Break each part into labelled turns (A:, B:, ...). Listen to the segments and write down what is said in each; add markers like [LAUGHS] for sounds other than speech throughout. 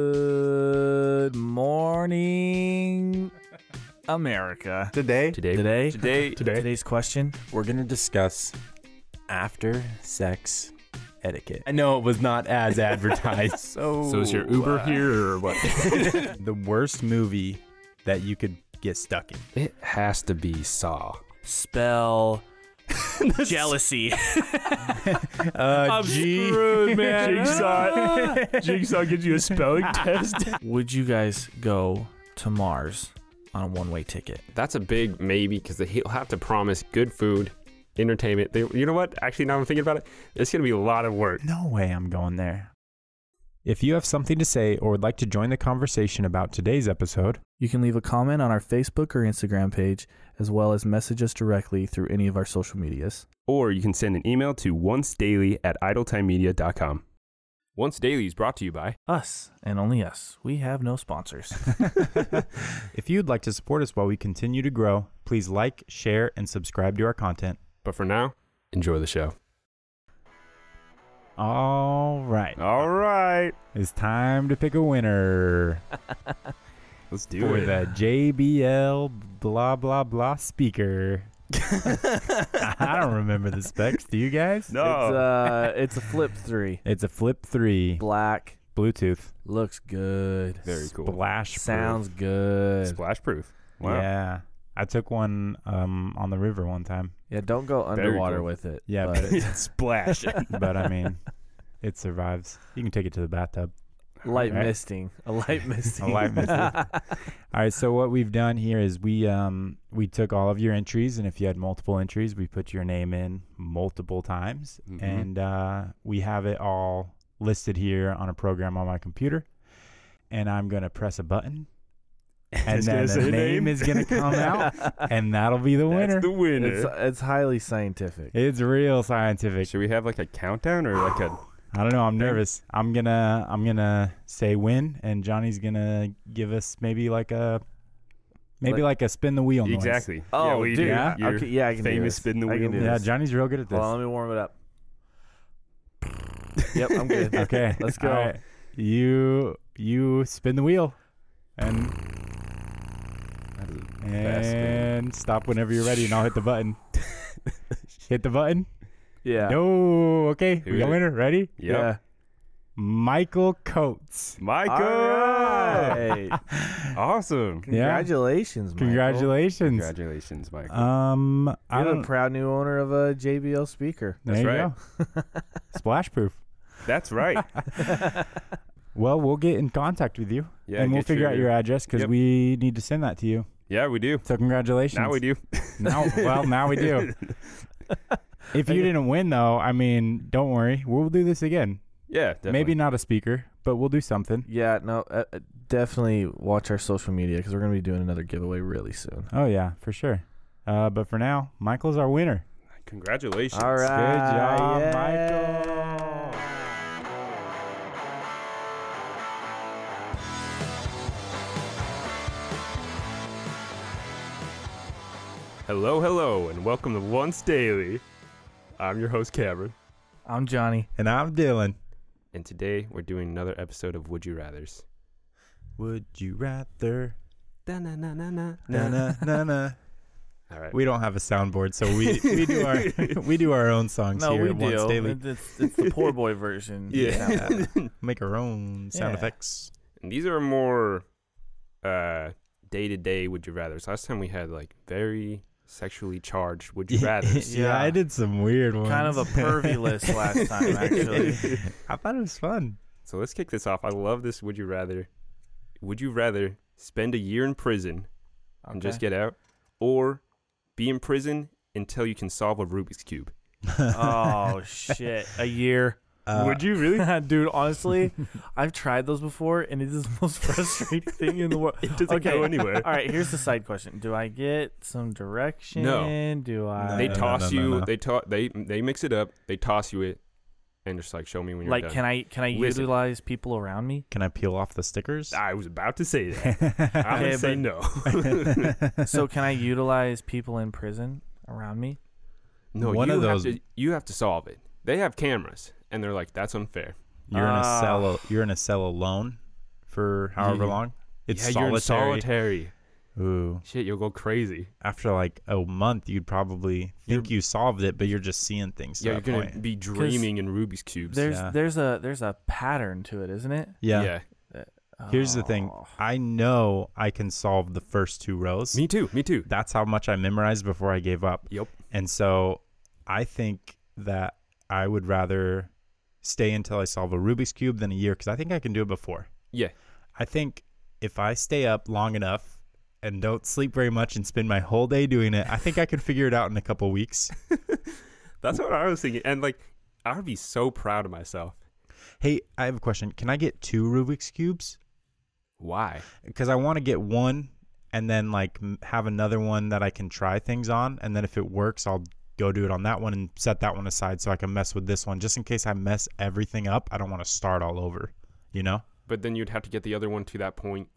A: Good morning, America.
B: Today,
C: Today,
A: Today,
D: Today,
A: today's question.
B: we're going to discuss after sex etiquette.
C: I know it was not [LAUGHS] as advertised.
B: So,
D: so is your Uber here or what?
C: uh, [LAUGHS] the worst movie that you could get stuck in.
E: It has to be Saw.
A: Spell jealousy.
C: Uh,
A: I'm
C: G-
A: screwed,
C: [LAUGHS]
A: man.
D: Jigsaw gives you a spelling test.
A: Would you guys go to Mars on a one-way ticket?
E: That's a big maybe because he'll have to promise good food, entertainment. They, you know what? Actually, now I'm thinking about it, it's going to be a lot of work.
C: No way I'm going there. If you have something to say or would like to join the conversation about today's episode,
A: You can leave a comment on our Facebook or Instagram page, as well as message us directly through any of our social medias.
F: or you can send an email to oncedaily at idletimemedia.com.
D: Once Daily is brought to you by
A: Us and only us. We have no sponsors.
C: [LAUGHS] if you'd like to support us while we continue to grow, please like, share, and subscribe to our content.
E: But for now, enjoy the show.
C: All right.
F: All right.
C: It's time to pick a winner
F: [LAUGHS] Let's do
C: for
F: it.
C: the JBL blah blah
F: [LAUGHS]
C: blah speaker. I don't remember the specs. Do you guys?
F: No.
A: It's,
F: [LAUGHS]
A: uh, it's a flip three.
C: It's a Flip 3
A: Black.
C: Bluetooth.
A: Looks good.
F: Very cool.
C: Splash proof.
A: Sounds good.
F: Splash proof. Wow.
C: Yeah. I took one um, on the river one time,
A: Yeah, don't go
F: Very
A: underwater
F: cool.
A: with it.
C: Yeah,
A: but
F: [LAUGHS] Yeah, Splash.
C: [LAUGHS] but I mean, it survives. You can take it to the bathtub. [LAUGHS]
A: light
C: Alright.
A: misting. A light misting.
C: light
F: [LAUGHS]
A: [LAUGHS]
C: misting. All right. So what we've done here is we um, we took all of your entries, and if you had multiple entries, we put your name in multiple times,
F: Mhm.
C: and uh, we have it all listed here on a program on my computer. And I'm gonna press
F: [LAUGHS]
C: a button, and
F: It's
C: then
F: gonna
C: the
F: say
C: name.
F: name.
C: is gonna
F: [LAUGHS]
C: come out, and that'll be the winner.
F: That's the winner.
A: it's, uh, it's highly scientific.
C: It's real scientific.
F: Should we have like a countdown or like
A: Oh,
F: a?
C: I don't know. I'm nervous. I'm gonna I'm gonna say win, and Johnny's gonna give us maybe like a maybe like, a spin the wheel. noise.
F: Exactly.
A: Oh,
F: yeah, we
A: dude.
F: do.
C: Yeah?
F: Your
A: Okay, yeah, I can do
F: famous
A: this.
F: spin the
A: I
F: wheel.
A: can do
C: Yeah,
A: this.
C: Johnny, Johnny's real good at this.
A: Hold on, let me warm it
C: [LAUGHS]
A: up. yep, I'm good.
C: okay,
A: Let's go.
C: All right. You you spin the wheel, and
F: That is a fast spin.
C: and stop whenever you're ready, and I'll hit the button. hit the button.
A: Yeah.
C: No. Okay, we
F: Here
C: got a
F: it-
C: winner. Ready?
F: Yep.
A: Yeah.
C: Michael Coates.
F: Michael.
A: All
C: [LAUGHS]
A: right.
F: Awesome.
A: Congratulations, Michael.
C: Congratulations.
F: Congratulations, Michael.
A: Uh,
C: Um, I
A: You're
C: don't.
A: the proud new owner of a JBL speaker.
F: That's
C: there you
F: right. [LAUGHS]
C: go. Splash proof.
F: That's
A: [LAUGHS]
F: right.
C: Well, we'll get in contact with you
F: Yeah.
C: and we'll
F: get
C: figure out your address because
F: Yep.
C: we need to send that to you.
F: Yeah, we do.
C: So congratulations.
F: Now we do.
C: Now, well, now
F: [LAUGHS]
C: we do. if you didn't win though, I mean, don't worry. We'll do this again.
F: Yeah. Definitely.
C: Maybe not a speaker, but we'll do something.
A: Yeah, no, uh, uh, definitely watch our social media because we're going to be doing another giveaway really soon.
C: Oh yeah, for sure. Uh, but for now, Michael's our winner.
F: Congratulations.
A: All right.
C: job,
A: yeah.
C: Michael.
E: Hello, hello, and welcome to Once Daily. I'm your host, Cameron,
A: I'm Johnny.
C: And I'm Dylan.
E: and today we're doing another episode of Would You Rathers.
C: Would you rather?
E: Da-na-na-na-na.
C: Na na na na.
E: All right. [LAUGHS]
C: We don't have a soundboard, so we
A: [LAUGHS]
C: we do our [LAUGHS] we do our own songs
A: No,
C: here
A: we
C: at once
A: do.
C: daily.
A: It- It's, it's the poor boy
C: [LAUGHS]
A: version.
F: Yeah.
C: Make our own sound
A: Yeah.
C: effects.
E: [LAUGHS] And these are more uh, day-to-day Would You Rathers. Last time we had like very sexually charged Would You
C: [LAUGHS]
E: Rathers.
C: yeah, I
A: Yeah.
C: did some weird ones.
A: Kind of a pervy
C: [LAUGHS]
A: list last time, actually.
C: I thought it was fun.
E: [LAUGHS] So let's kick this off. I love this Would You Rather. Would you rather spend a year in prison and just
A: Okay.
E: get out, or be in prison until you can solve a Rubik's
A: [LAUGHS]
E: cube.
A: Oh, shit. A year.
C: [LAUGHS] Uh,
A: you
C: [LAUGHS]
A: really? [LAUGHS] Dude, honestly, I've tried those before and it is the most [LAUGHS] frustrating thing in the
C: [LAUGHS]
A: world.
E: [LAUGHS] It doesn't
A: Okay.
E: go anywhere.
A: All right, here's the side question. Do I get some direction? Do I
E: they
C: No, no, no,
E: toss
C: no,
E: you.
C: no.
E: They to- They they mix it up. They toss you it, and just like show me when you're
A: like
E: done.
A: can I can I
E: Listen.
A: utilize people around
C: [LAUGHS]
A: me?
C: Can I peel off the stickers? [LAUGHS]
E: Ah, I was about to say that. I'm
A: Okay,
E: gonna say
A: but- [LAUGHS]
E: no. [LAUGHS]
A: so can I utilize people in prison around me?
E: no,
C: One
E: you
C: of
E: have
C: those-
E: to- you have to solve it. They have cameras, and they're like, that's unfair.
C: You're in a
A: Ah.
C: cell. You're in a cell alone, for however
E: Yeah.
C: long. It's
E: yeah, you're in
C: solitary.
E: solitary.
C: Ooh.
E: Shit, you'll go crazy.
C: After like a month, you'd probably think you solved it, but you're just seeing things.
E: yeah,
C: Yeah,
E: you're gonna be dreaming in Rubik's cubes.
A: There's
C: yeah.
A: there's a there's a pattern to it, isn't it?
C: yeah.
E: yeah.
C: Here's the thing.
A: Oh.
C: I know I can solve the first two rows.
E: Me too. Me too.
C: That's how much I memorized before I gave up.
E: Yep.
C: And so I think that I would rather stay until I solve a Rubik's Cube than a year because I think I can do it before.
E: Yeah.
C: I think if I stay up long enough and don't sleep very much and spend my whole day doing it, I think I could figure it out in a couple weeks.
E: That's what I was thinking. And like, I would be so proud of myself.
C: Hey, I have a question. Can I get two Rubik's Cubes?
E: Why?
C: Because I want to get one and then like m- have another one that I can try things on. And then if it works, I'll go do it on that one and set that one aside so I can mess with this one just in case I mess everything up. I don't want to start all over, you know?
E: But then you'd have to get the other one to that point.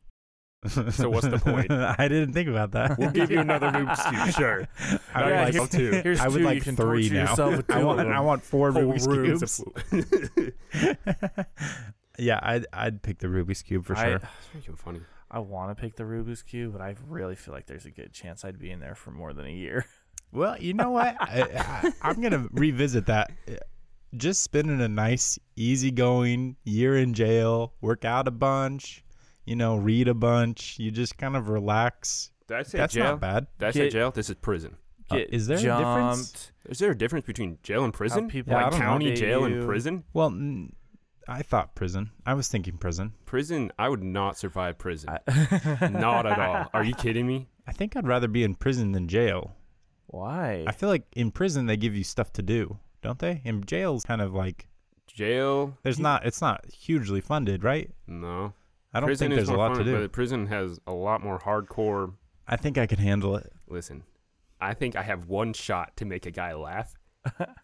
E: So what's the point?
C: [LAUGHS] I didn't think about that.
E: We'll give you
C: [LAUGHS]
E: another Rubik's Cube, sure.
C: I
E: Yeah,
C: would
E: here's
C: like [LAUGHS]
E: two. [LAUGHS] Here's
C: I would
E: two, you
C: like
E: can
C: three
A: torture
C: now.
A: yourself with two
C: [LAUGHS] I
A: of
C: want
A: them.
C: I want four
E: Whole
C: Rubik's
E: rooms
C: cubes.
E: of-
C: [LAUGHS] yeah, I'd I'd pick the Rubik's cube for
A: I-
C: sure.
E: That's freaking funny.
A: I want to pick the Rubik's cube, but I really feel like there's a good chance I'd be in there for more than a year. [LAUGHS]
C: Well, you know what? I, I, I'm gonna revisit that. Just spending a nice, easygoing year in jail, work out a bunch, you know, read a bunch. You just kind of relax.
E: Did I say
C: That's
E: jail?
C: not bad.
E: Did I say
A: Get-
E: jail? This is prison.
C: Uh, is there a
A: jumped,
C: difference?
E: Is there a difference between jail and prison?
A: people
C: Yeah, I
E: like
C: don't know.
E: county
A: validate
E: jail
A: you.
E: and prison?
C: Well, mm, I thought prison. I was thinking prison.
E: Prison, I would not survive prison.
A: I-
E: [LAUGHS] not at all. Are you kidding me?
C: I think I'd rather be in prison than jail.
A: Why?
C: I feel like in prison they give you stuff to do, don't they? In jail's kind of like
E: Jail?
C: there's not it's not hugely funded, right?
E: No.
C: I don't
E: prison
C: think there's
E: is
C: a
E: more
C: lot
E: fun,
C: to do.
E: But prison has a lot more hardcore.
C: I think I could handle it.
E: Listen, I think I have one shot to make a
C: [LAUGHS]
E: guy laugh,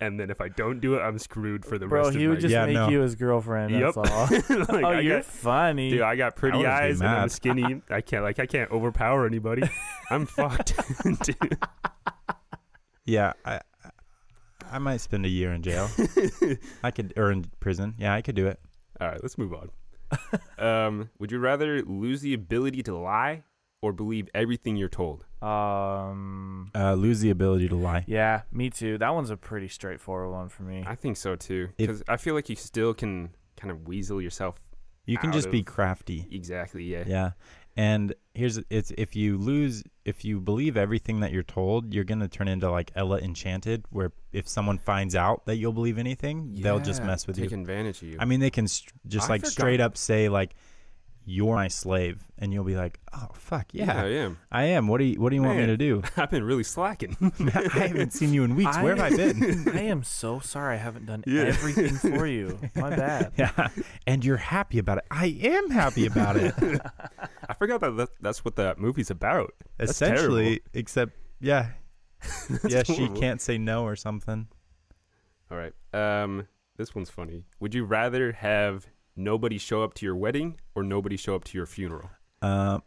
E: and then if I don't do it, I'm screwed for the
A: Bro,
E: rest
A: he
E: of
A: would
E: my
A: just
C: Yeah,
A: make
C: no.
A: you his girlfriend.
E: Yep.
A: That's all.
C: [LAUGHS]
A: [LAUGHS]
E: Like,
A: oh,
E: I
A: you're
E: got-
A: funny.
E: Dude, I got pretty
C: wouldn't be
E: eyes and I'm
C: mad.
E: skinny. I can't like I can't
C: [LAUGHS]
E: overpower anybody. I'm fucked. [LAUGHS] Dude.
C: Yeah, I I- I might spend a year in
E: [LAUGHS]
C: jail. I could or in prison. Yeah, I could do it.
E: All right, let's move on. um, would you rather lose the ability to lie or believe everything you're told?
A: um,
C: Uh, lose the ability to lie.
A: yeah, me too. That one's a pretty straightforward one for
C: [LAUGHS]
A: me.
E: I think so too,
C: If-
E: because I feel like you still can kind of weasel yourself.
C: You can
E: Out
C: just be
E: of-
C: crafty.
E: Exactly. Yeah.
C: Yeah. And here's it's if you lose if you believe everything that you're told, you're gonna turn into like Ella Enchanted, where if someone finds out that you'll believe anything, they'll just
E: Yeah,
C: mess with
E: take
C: you.
E: advantage of you.
C: I mean, they can st- just
E: I
C: like
E: forgot.
C: straight up say like, "You're my slave," and you'll be like, "Oh fuck yeah,
E: I am. [LAUGHS]
C: I am." What do you What do you want me
E: Man.
C: to
E: [LAUGHS]
C: do?
E: I've been
C: [LAUGHS]
E: really slacking.
C: I haven't seen you in weeks. Where have I been?
A: I am so sorry I haven't done
E: Yeah.
A: everything for
C: [LAUGHS]
A: you. My bad.
C: yeah, and you're happy about it. I am happy about it.
E: I forgot that, that that's what that movie's about. [LAUGHS] That's
C: Essentially, except
E: [LAUGHS]
C: yeah, yeah, she
E: horrible.
C: can't say no or something.
E: All right. Um, this one's funny. Would you rather have nobody show up to your wedding or nobody show up to your funeral?
C: Um,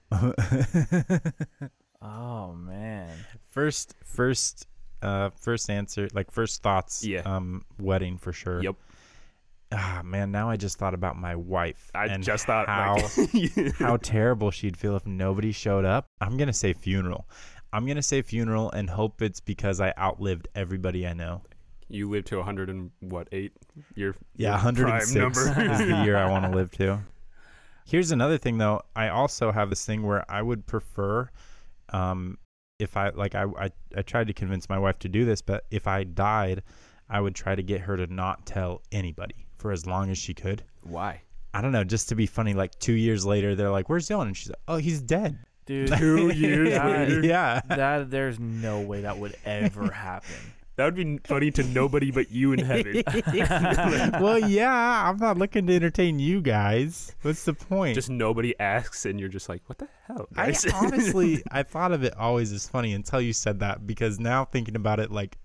A: Oh
C: [LAUGHS]
A: man.
C: [LAUGHS] first, first, uh, first answer, like first thoughts.
E: Yeah.
C: Um, wedding for sure.
E: Yep.
C: Ah, man. Now I just thought about my wife.
E: I
C: and
E: just thought
C: how
E: like-
C: how terrible she'd feel if nobody showed up. I'm gonna say funeral. I'm gonna say funeral and hope it's because I outlived everybody I know.
E: [LAUGHS] you live to 100 and what eight? Your
C: Yeah,
E: your
C: 106
E: prime
C: is
E: number.
C: the year I want to live to. Here's another thing though. I also have this thing where I would prefer um if I like I, I I tried to convince my wife to do this, but if I died, I would try to get her to not tell anybody for as long as she could.
E: [LAUGHS] Why?
C: I don't know, just to be funny like 2 years later they're like, "Where's Dylan?" and she's like, "Oh, he's dead."
A: Dude,
E: [LAUGHS]
C: yeah.
A: that,
C: [LAUGHS] yeah.
A: that there's no way that would ever happen.
E: That would be funny to nobody but you in [LAUGHS] heaven.
C: well, yeah, I'm not looking to entertain you guys. What's the point?
E: just nobody asks, and you're just like, what the hell?
A: [LAUGHS]
C: I
E: [LAUGHS] guys?"
C: honestly, I thought of it always as funny until you said that because now thinking about it, like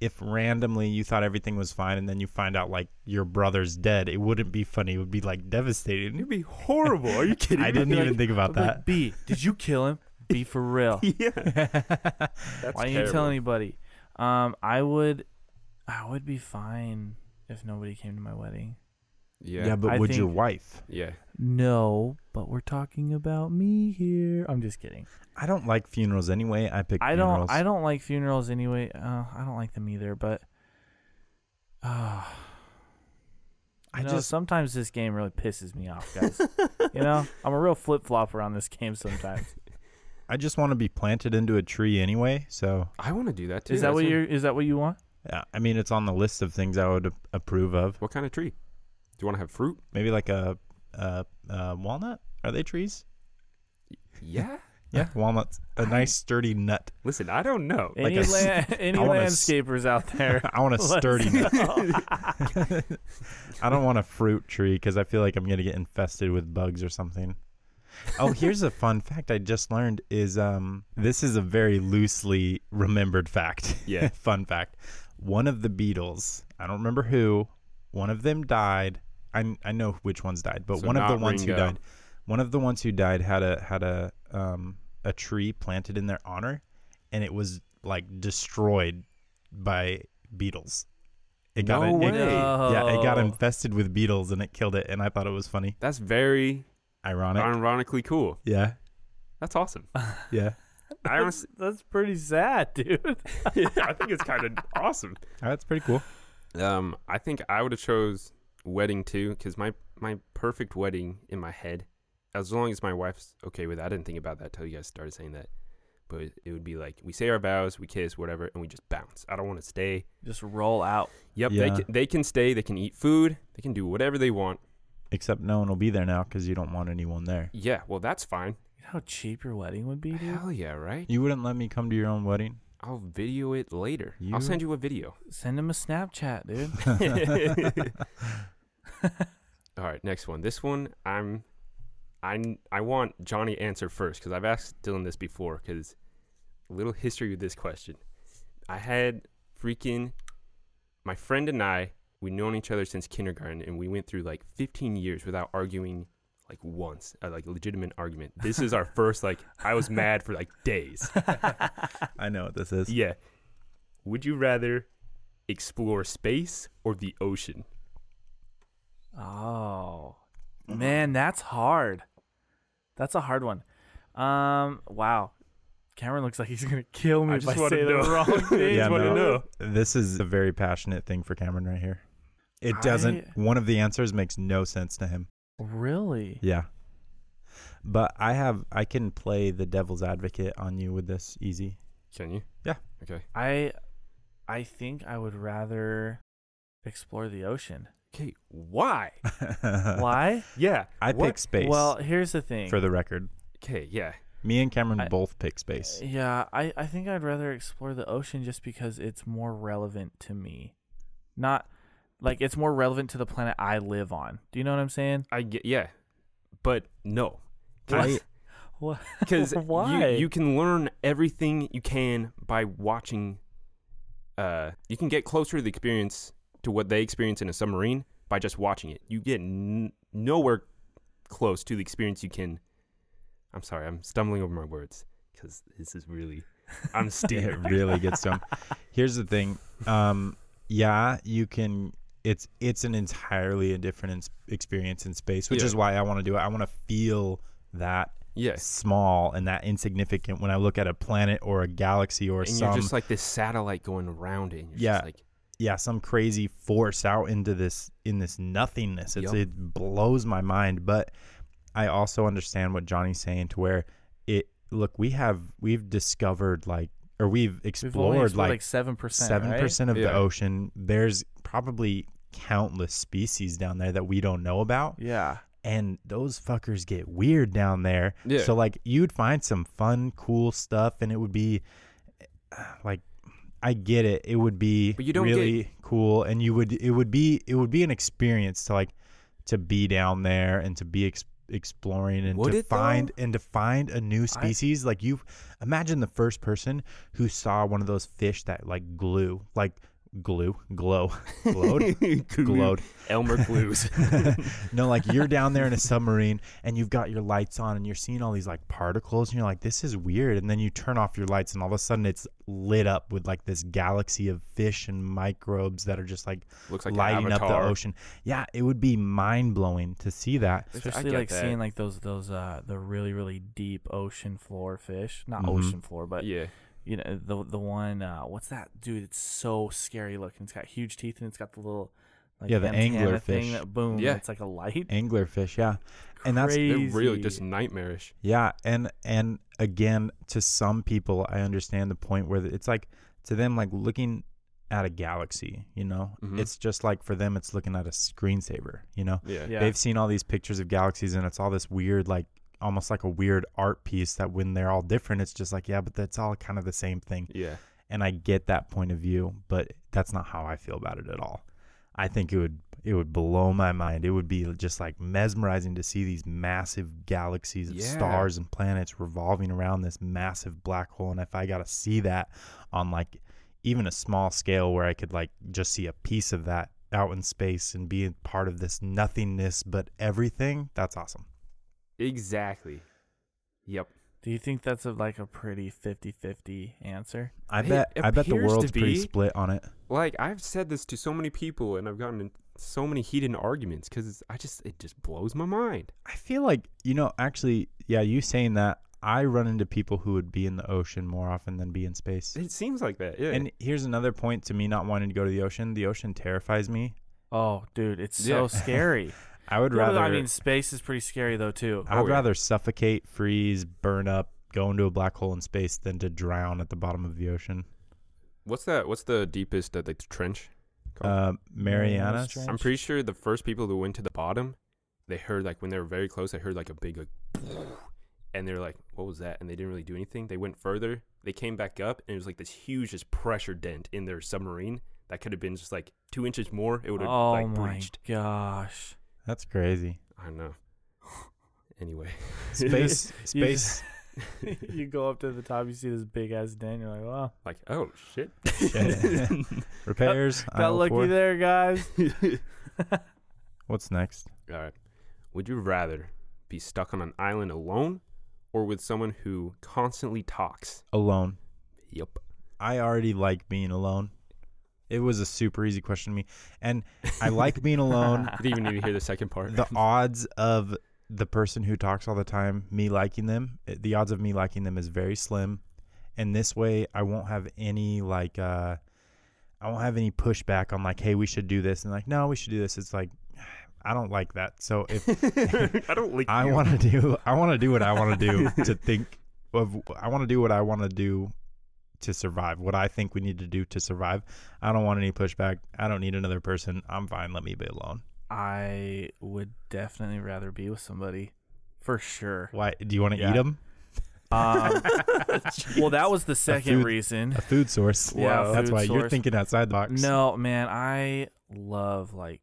C: if randomly you thought everything was fine and then you find out like your brother's dead, it wouldn't be funny. It would be like devastating.
E: It'd be horrible. Are you kidding?
C: I didn't
A: Be
C: even
A: like-
C: think about
A: I'd be
C: that.
A: Like, B, did you kill him? B for
C: [LAUGHS]
A: real.
E: me? Yeah. That's
A: Why didn't you tell anybody? Um, I would, I would be fine if nobody came to my wedding.
E: Yeah.
B: Yeah,
E: Yeah.
B: but
C: I
B: would
C: think-
B: your
C: wife?
A: No, but we're talking about me here. I'm just kidding.
C: I don't like funerals anyway. I pick
A: I
C: funerals.
A: don't. I don't like funerals anyway. Uh, I don't like them either. But uh,
C: I
A: just
C: just-
A: sometimes this game really pisses me off, guys.
E: [LAUGHS]
A: you
C: [LAUGHS]
A: know, I'm a real flip flopper on this game sometimes.
C: I just want to be planted into a tree anyway. So,
E: I want to do that too.
A: Is that
E: That's
A: what
E: in-
A: you? Is that what you want?
C: uh, I mean, it's on the list of things I would a- approve of.
E: What kind of tree? Do you want to have fruit?
C: Maybe like a, a, a walnut. Are they trees?
E: Yeah.
C: Yeah, walnuts. A nice sturdy nut.
E: [LAUGHS] Listen, I don't know.
C: Like
A: Any
C: a s-
A: la- [LAUGHS] any
C: I wanna s-
A: landscapers out there?
C: I want a
A: [LAUGHS] Let's
C: sturdy
E: [LAUGHS]
C: nut.
A: go.
C: I don't want a fruit tree because I feel like I'm gonna get infested with bugs or something. Oh, here's a fun fact I just learned is um this is a very loosely remembered fact.
E: Yeah.
C: [LAUGHS] fun fact. One of the Beatles, I don't remember who, one of them died. I I know which ones died, but
E: So
C: one of the
E: not
C: ones who
E: Ringo.
C: died, one of the ones who died had a had a um a tree planted in their honor, and it was like destroyed by beetles. It got
E: No
C: it- it,
E: way.
C: yeah, it got
A: No.
C: infested with beetles and it killed it, and I thought it was funny.
E: That's very
C: Ironic.
E: ironically cool.
C: yeah,
E: That's awesome.
C: yeah.
E: I [LAUGHS] honestly,
A: That's pretty sad, dude.
C: [LAUGHS]
E: I think it's kind of awesome.
C: That's pretty cool.
E: Um, I think I would have chose wedding too, because my my perfect wedding in my head, as long as my wife's okay with. It, I didn't think about that till you guys started saying that, but it, it would be like we say our vows, we kiss, whatever, and we just bounce. I don't want to stay.
A: Just roll out.
E: Yep,
C: Yeah.
E: they can, they can stay, they can eat food, they can do whatever they want.
C: Except no one will be there now because you don't want anyone there.
E: Yeah, well that's fine.
A: You know how cheap your wedding would be, dude.
E: Hell yeah, right?
C: You wouldn't let me come to your own wedding.
E: I'll video it later.
C: You-
E: I'll send you a video.
A: Send him a Snapchat,
C: [LAUGHS]
A: dude.
E: All right, next one. This one, I'm, I I want Johnny answer first because I've asked Dylan this before. Because a little history with this question, I had freaking my friend and I we known each other since kindergarten, and we went through like 15 years without arguing like once, uh, like a legitimate argument. This is our first like I was mad for like days.
C: I know what this is.
E: Yeah. Would you rather explore space or the ocean?
A: Oh
C: Uh-huh.
A: man, that's hard. That's a hard one. Um, wow. Cameron looks like he's gonna kill me
E: I
A: if
E: just
A: I
E: wanna
A: say
E: know. [LAUGHS]
A: the wrong thing.
C: Yeah,
E: wanna
C: no.
E: know.
C: This is a very passionate thing for Cameron right here. It
A: I-
C: doesn't. One of the answers makes no sense to him.
A: Really?
C: Yeah. But I have. I can play the devil's advocate on you with this easy. [LAUGHS]
E: Can you?
C: Yeah.
E: Okay.
A: I, I think I would rather explore the ocean.
E: Okay. Why?
A: Why?
E: Yeah.
C: I
E: what-
C: pick space.
A: Well, here's the thing.
C: Uh, for the record,
E: Okay. Yeah.
C: me and Cameron
A: I-
C: both pick
E: [LAUGHS]
C: space. [LAUGHS]
A: Yeah, I, I think I'd rather explore the ocean just because it's more relevant to me. Not like it's more relevant to the planet I live on. Do you know what I'm
E: [LAUGHS]
A: saying?
E: I get. Yeah. But
C: [LAUGHS]
E: no.
C: What?
A: What?
E: Because you,
A: Why?
E: you can learn everything you can by watching. Uh, you can get closer to the experience to what they experience in a submarine by just watching it. You get n- nowhere close to the experience you can. I'm sorry, I'm stumbling over my words because this is really.
C: [LAUGHS]
E: I'm
C: it
E: stupid.
C: really gets to him. Here's the thing. Um, yeah, you can. It's it's an entirely a different ins- experience in space, which
E: Yeah.
C: is why I want to do it. I want to feel that
E: yes.
C: small and that insignificant when I look at a planet or a galaxy or
E: And
C: some
E: you're just like this satellite going around it. And you're
C: Yeah.
E: Just like,
C: yeah some crazy force out into this in this nothingness. It's,
E: Yup.
C: It blows my mind, but I also understand what Johnny's saying to where it look we have we've discovered like or we've
A: We've only
C: explored
A: explored
C: like
A: like seven percent.
C: seven percent of the
E: Yeah.
C: ocean. There's probably countless species down there that we don't know about,
A: Yeah.
C: and those fuckers get weird down there.
E: Yeah.
C: So like, you'd find some fun, cool stuff, and it would be uh, like, I get it. It would be
E: But you don't
C: really cool, and you would it would be it would be an experience to like to be down there and to be. Ex- exploring and
E: Would
C: to
E: it, though?
C: find and to find a new species like you imagine the first person who saw one of those fish that like glue like glue, glow, [LAUGHS] glowed,
E: [LAUGHS]
C: glowed.
E: Elmer [LAUGHS] Glues.
C: [LAUGHS] no, like you're down there in a submarine and you've got your lights on and you're seeing all these like particles and you're like, this is weird. And then you turn off your lights and all of a sudden it's lit up with like this galaxy of fish and microbes that are just like
E: Looks like an
C: lighting up the
E: avatar.
C: ocean. Yeah, it would be mind blowing to see that.
E: I
A: Especially
E: get
A: like
E: that.
A: seeing like those those uh the really really deep ocean floor fish, not
C: Mhm.
A: ocean floor, but
E: Yeah.
A: you know the the one uh what's that dude? It's so scary looking. It's got huge teeth and it's got the little like
C: Yeah, the
A: antenna
C: angler
A: thing
C: fish.
A: that boom.
E: Yeah.
A: it's like a light.
C: Anglerfish, yeah. And that's
E: They're really
A: Crazy.
E: just nightmarish.
C: Yeah, and and again, to some people, I understand the point where it's like to them, like looking at a galaxy. You know,
E: Mhm.
C: it's just like for them, it's looking at a screensaver. You know,
E: Yeah.
A: Yeah.
C: they've seen all these pictures of galaxies, and it's all this weird, like almost like a weird art piece that when they're all different, it's just like yeah, but that's all kind of the same thing.
E: Yeah.
C: And I get that point of view, but that's not how I feel about it at all. I think it would it would blow my mind. It would be just like mesmerizing to see these massive galaxies of
E: Yeah.
C: stars and planets revolving around this massive black hole. And if I got to see that on like even a small scale where I could like just see a piece of that out in space and be a part of this nothingness but everything, that's awesome.
E: Exactly. Yep.
A: Do you think that's a, like a pretty 50-50 answer?
C: I
E: It
C: bet I bet the
E: appears to
C: world's pretty
E: be.
C: split on it.
E: Like I've said this to so many people, and I've gotten in so many heated arguments because I just it just blows my mind.
C: I feel like you know, actually, yeah, you saying that, I run into people who would be in the ocean more often than be in space.
E: It seems like that. Yeah.
C: And here's another point to me not wanting to go to the ocean. The ocean terrifies me.
A: Oh, dude, it's so
E: Yeah. [LAUGHS]
A: scary.
C: I would
A: Yeah, but
C: rather
A: I mean, space is pretty scary though too.
C: I would
E: yeah.
C: rather suffocate, freeze, burn up, go into a black hole in space than to drown at the bottom of the ocean.
E: what's that? What's the deepest uh, like the trench? Called?
C: Uh, Marianas.
A: Trench.
E: I'm pretty sure the first people who went to the bottom, they heard like when they were very close, they heard like a big like, [LAUGHS] and they're like, "What was that?" And they didn't really do anything. They went further. They came back up, and it was like this huge just pressure dent in their submarine that could have been just like two inches more. It would have
A: Oh
E: like
A: my
E: breached. [LAUGHS]
A: gosh. [LAUGHS]
C: That's crazy.
E: I don't know. Anyway, [LAUGHS]
C: Space,
A: You
C: space.
A: you go up to the top, you see this big ass dent. You're like, wow,
E: like oh shit.
C: [LAUGHS] repairs.
A: got
C: aisle
A: lucky
C: four.
A: there, guys.
C: What's next?
E: [LAUGHS] All right. Would you rather be stuck on an island alone, or with someone who constantly talks?
C: Alone.
E: Yep.
C: I already like being alone. It was a super easy question to me, and I like being alone.
E: I didn't even need to hear the second part.
C: the odds of the person who talks all the time me liking them eh, the odds of me liking them is very slim and this way i won't have any like uh i won't have any pushback on like hey we should do this and like no we should do this it's like [SIGHS] i don't like that so if
E: [LAUGHS] I don't like.
C: i
E: you.
C: want
A: [LAUGHS]
C: to do i want to do what i want to do to think of i want to do what i want to do to survive what i think we need to do to survive i don't want any pushback i don't need another person i'm fine let me be alone
A: [LAUGHS] I would definitely rather be with somebody, for
E: [LAUGHS]
A: sure.
C: why do you want to 'em?
A: Yeah.
C: eat them
A: [LAUGHS] Um, well, that was the second
C: food-
A: reason.
C: a food source.
A: [LAUGHS] Yeah, Wow.
C: that's
A: food
C: why you're
A: source.
C: thinking outside the box.
A: No, man, I love like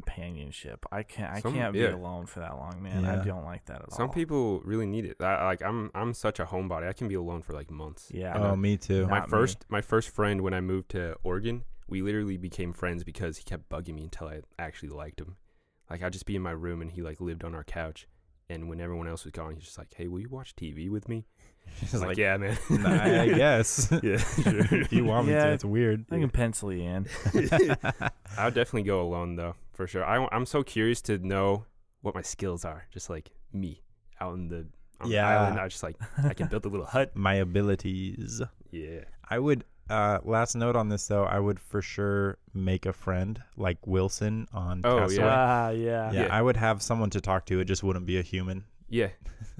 A: companionship. I can't. I
E: Some-
A: can't be
E: yeah.
A: alone for that long, man.
C: Yeah.
A: I don't like that at all.
E: Some people really need it. I, like I'm, I'm such a homebody. I can be alone for like months.
A: Yeah. Um,
C: Oh, me too. [LAUGHS]
E: my
A: not me.
E: first, my first friend when I moved to Oregon, we literally became friends because he kept bugging me until I actually liked him. Like I'd just be in my room and he like lived on our couch, and when everyone else was gone, he's just like, "Hey, will you watch TV with me?"
C: Just
E: I'm like,
C: like,
E: "Yeah, man."
A: [LAUGHS]
C: I
E: [LAUGHS]
C: I guess. [LAUGHS]
E: yeah,
C: if you want me
A: Yeah.
C: to, it's weird.
A: I can [LAUGHS] pencil you in.
E: I would definitely go alone though, for sure. I, am so curious to know what my skills are, just like me out in the on the
C: Yeah.
E: island. I was just like, I
A: [LAUGHS]
E: can build a little hut.
C: [LAUGHS] My abilities.
E: Yeah.
C: I would. Uh, last note on this though, I would for sure make a friend like Wilson on
E: Oh,
C: Castaway.
E: yeah.
A: Ah, yeah.
C: Yeah,
E: Yeah.
C: I would have someone to talk to. It just wouldn't be a human. [LAUGHS]
E: Yeah,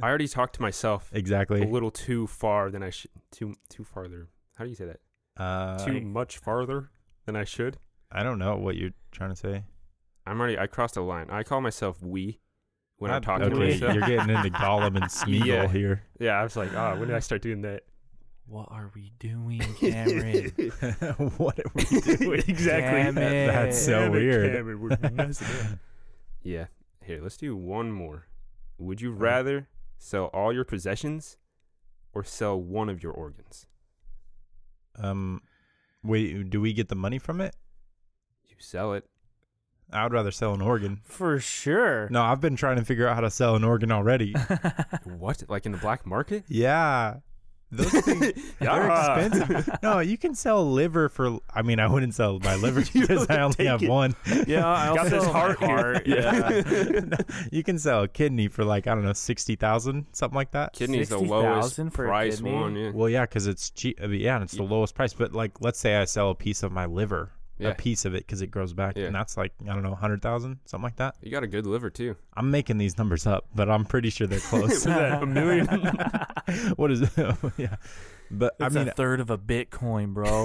E: I already talked to myself a
C: Exactly.
E: little too far than I should. Too too farther. How do you say that?
C: Uh,
E: too much farther than I should.
C: I don't know what you're trying to say.
E: I'm already. I crossed a line. I call myself we when I'm
C: Not-
E: talking to
C: okay,
E: myself.
C: You're getting into Gollum and Smeagol
E: Yeah.
C: here.
E: [LAUGHS]
C: [LAUGHS]
E: Yeah, I was like, ah, when did I start doing that?
A: What are we
C: [LAUGHS]
A: doing, Cameron?
C: what are
E: [LAUGHS]
C: we doing? [LAUGHS]
A: Damn it.
C: That's so weird. [LAUGHS]
E: Yeah. Here, let's do one more. Would you
C: Uh-huh.
E: rather sell all your possessions or sell one of your organs?
C: Um, Wait, do we get the money from it?
E: You sell it.
C: I would rather sell an organ.
A: For sure. [LAUGHS]
C: No, I've been trying to figure out how to sell an organ already.
E: What? Like in the black
A: [LAUGHS]
E: market? [LAUGHS]
C: yeah. Those things, they're
D: Yeah.
A: [LAUGHS]
C: expensive. No, you can sell liver for. I mean, I wouldn't sell my liver because I only
D: take
C: have
D: it.
C: one.
A: Yeah, I
D: Got
A: also
D: this heart here.
C: [LAUGHS]
A: [LAUGHS] Yeah.
C: you can sell a kidney for like I don't know sixty thousand, something like that.
E: Kidney's the
A: 60,000
E: lowest
A: for a
E: price
A: kidney?
E: one. Yeah.
C: Well, yeah, because it's cheap. I mean, yeah, and it's the lowest price. But like, let's say I sell a piece of my liver,
E: Yeah.
C: a piece of it because it grows back,
E: Yeah.
C: and that's like I don't know, hundred thousand, something like that.
E: You got a good liver too.
C: I'm making these numbers up, but I'm pretty sure
A: [LAUGHS]
C: they're close.
D: that a million?
C: [LAUGHS] what [LAUGHS] is? Oh, yeah, but
A: It's
C: I mean,
A: a third of a Bitcoin, bro.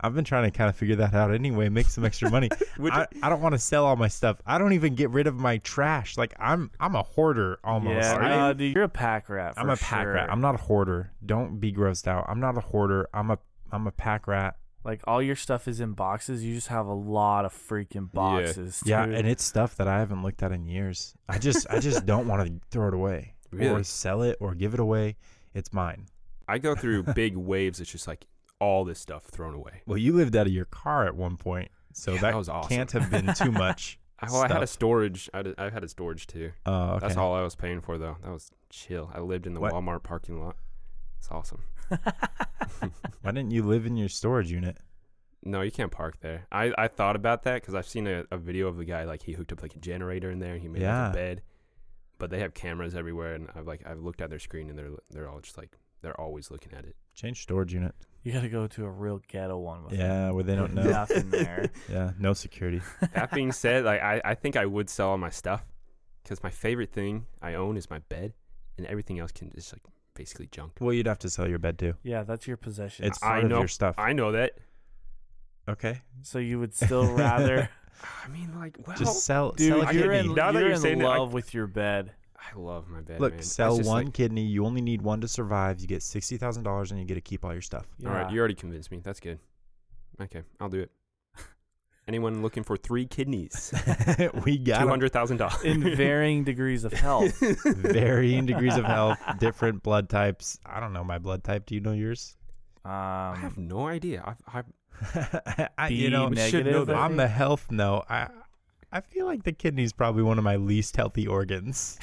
C: I've been trying to kind of figure that out anyway, make some extra money.
A: [LAUGHS]
C: I, I don't want to sell all my stuff. I don't even get rid of my trash. Like I'm [LAUGHS] I'm a hoarder almost.
A: yeah,
C: I-
A: no, dude, you're a pack rat.
C: I'm
A: for
C: a pack rat.
A: sure.
C: I'm not a hoarder. Don't be grossed out. I'm not a hoarder. I'm a I'm a pack rat.
A: like all your stuff is in boxes. You just have a lot of freaking boxes.
C: Yeah,
A: dude.
C: and it's stuff that I haven't looked at in years. I just I just don't want to [LAUGHS] throw it away or
E: Really?
C: sell it or give it away. It's mine.
E: I go through big [LAUGHS] waves. It's just like all this stuff thrown away.
C: Well, you lived out of your car at one point, so
E: Yeah,
C: that,
E: that was awesome.
C: can't have been [LAUGHS] too much.
E: I, well, I had
C: stuff.
E: a storage. I did- I had a storage too.
C: Oh, okay.
E: That's all I was paying for though. That was chill. I lived in the
C: What?
E: Walmart parking lot. It's awesome.
C: Why didn't you live in your storage unit?
E: No, you can't park there. I, I thought about that because I've seen a, a video of the guy like he hooked up like a generator in there and he made
C: Yeah.
E: like, a bed. But they have cameras everywhere, and I've like I've looked at their screen and they're they're all just like they're always looking at it.
C: Change storage unit.
A: you gotta go to a real ghetto one with
C: Yeah, where they don't know. [LAUGHS] Yeah,
A: nothing there.
C: no security.
E: [LAUGHS] That being said, like I, I think I would sell all my stuff because my favorite thing I own is my bed, and everything else can is like basically junk.
C: Well, you'd have to sell your bed too.
A: [LAUGHS] Yeah, that's your possession.
C: It's
E: I
C: part of
E: know.
C: your stuff.
E: I know that. [SIGHS]
C: okay,
A: so you would
C: [LAUGHS]
A: still rather,
E: I mean, like well,
C: just sell.
A: dude.
C: sell a
A: you're
C: kidney.
A: in,
E: Now that
A: you're
E: you're
A: in
E: saying it, I-
A: love with your bed.
E: I love my bed.
C: Look,
E: man. That's
C: sell
E: just,
C: one
E: like-
C: kidney. You only need one to survive. You get sixty thousand dollars, and you get to keep all your stuff. [LAUGHS]
A: Yeah.
E: [LAUGHS] All right, you already convinced me. That's good. Okay, I'll do
C: [LAUGHS]
E: it. Anyone looking for three kidneys?
C: we [LAUGHS]
E: Two
C: got 'em.
E: hundred thousand dollars.
A: [LAUGHS] in
E: [LAUGHS]
A: varying degrees of
C: [LAUGHS]
A: health.
C: varying degrees of health, different blood types. I don't know my blood type. Do you know yours?
E: I
A: Um,
E: have no idea. I've, I've,
C: [LAUGHS] I,
A: B
C: you know,
A: We should negative, know that. I
C: I'm
A: think.
C: the health. No, I. I feel like the kidney's probably one of my least healthy
A: [LAUGHS]
C: organs.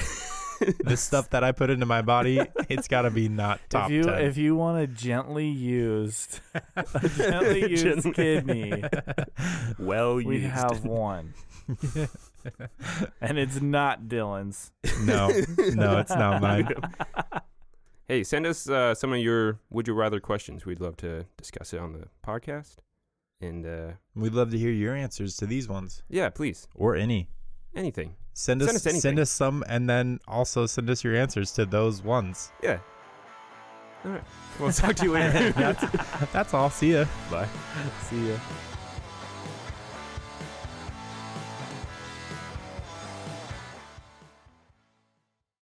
C: the stuff that I put into my body, it's got to be not top
A: if you
C: 10.
A: if you want a gently
C: [LAUGHS]
A: used, a [LAUGHS] gently used
E: Gently-
A: kidney,
E: well,
A: we
E: [LAUGHS] used.
A: have one, and it's not Dylan's.
C: No, no,
A: [LAUGHS]
C: it's not mine.
E: Hey, send us uh, some of your would you rather questions. We'd love to discuss it on the podcast. And uh,
C: [LAUGHS] We'd love to hear your answers to these ones
E: yeah, please,
C: or any.
E: anything.
C: Send us
E: Send
C: send
E: us anything.
C: us, some, and then also send us your answers to those
A: [LAUGHS]
C: ones.
E: Yeah.
C: [LAUGHS]
E: All right. We'll talk to you later.
C: That's all. See ya.
E: Bye.
A: See ya.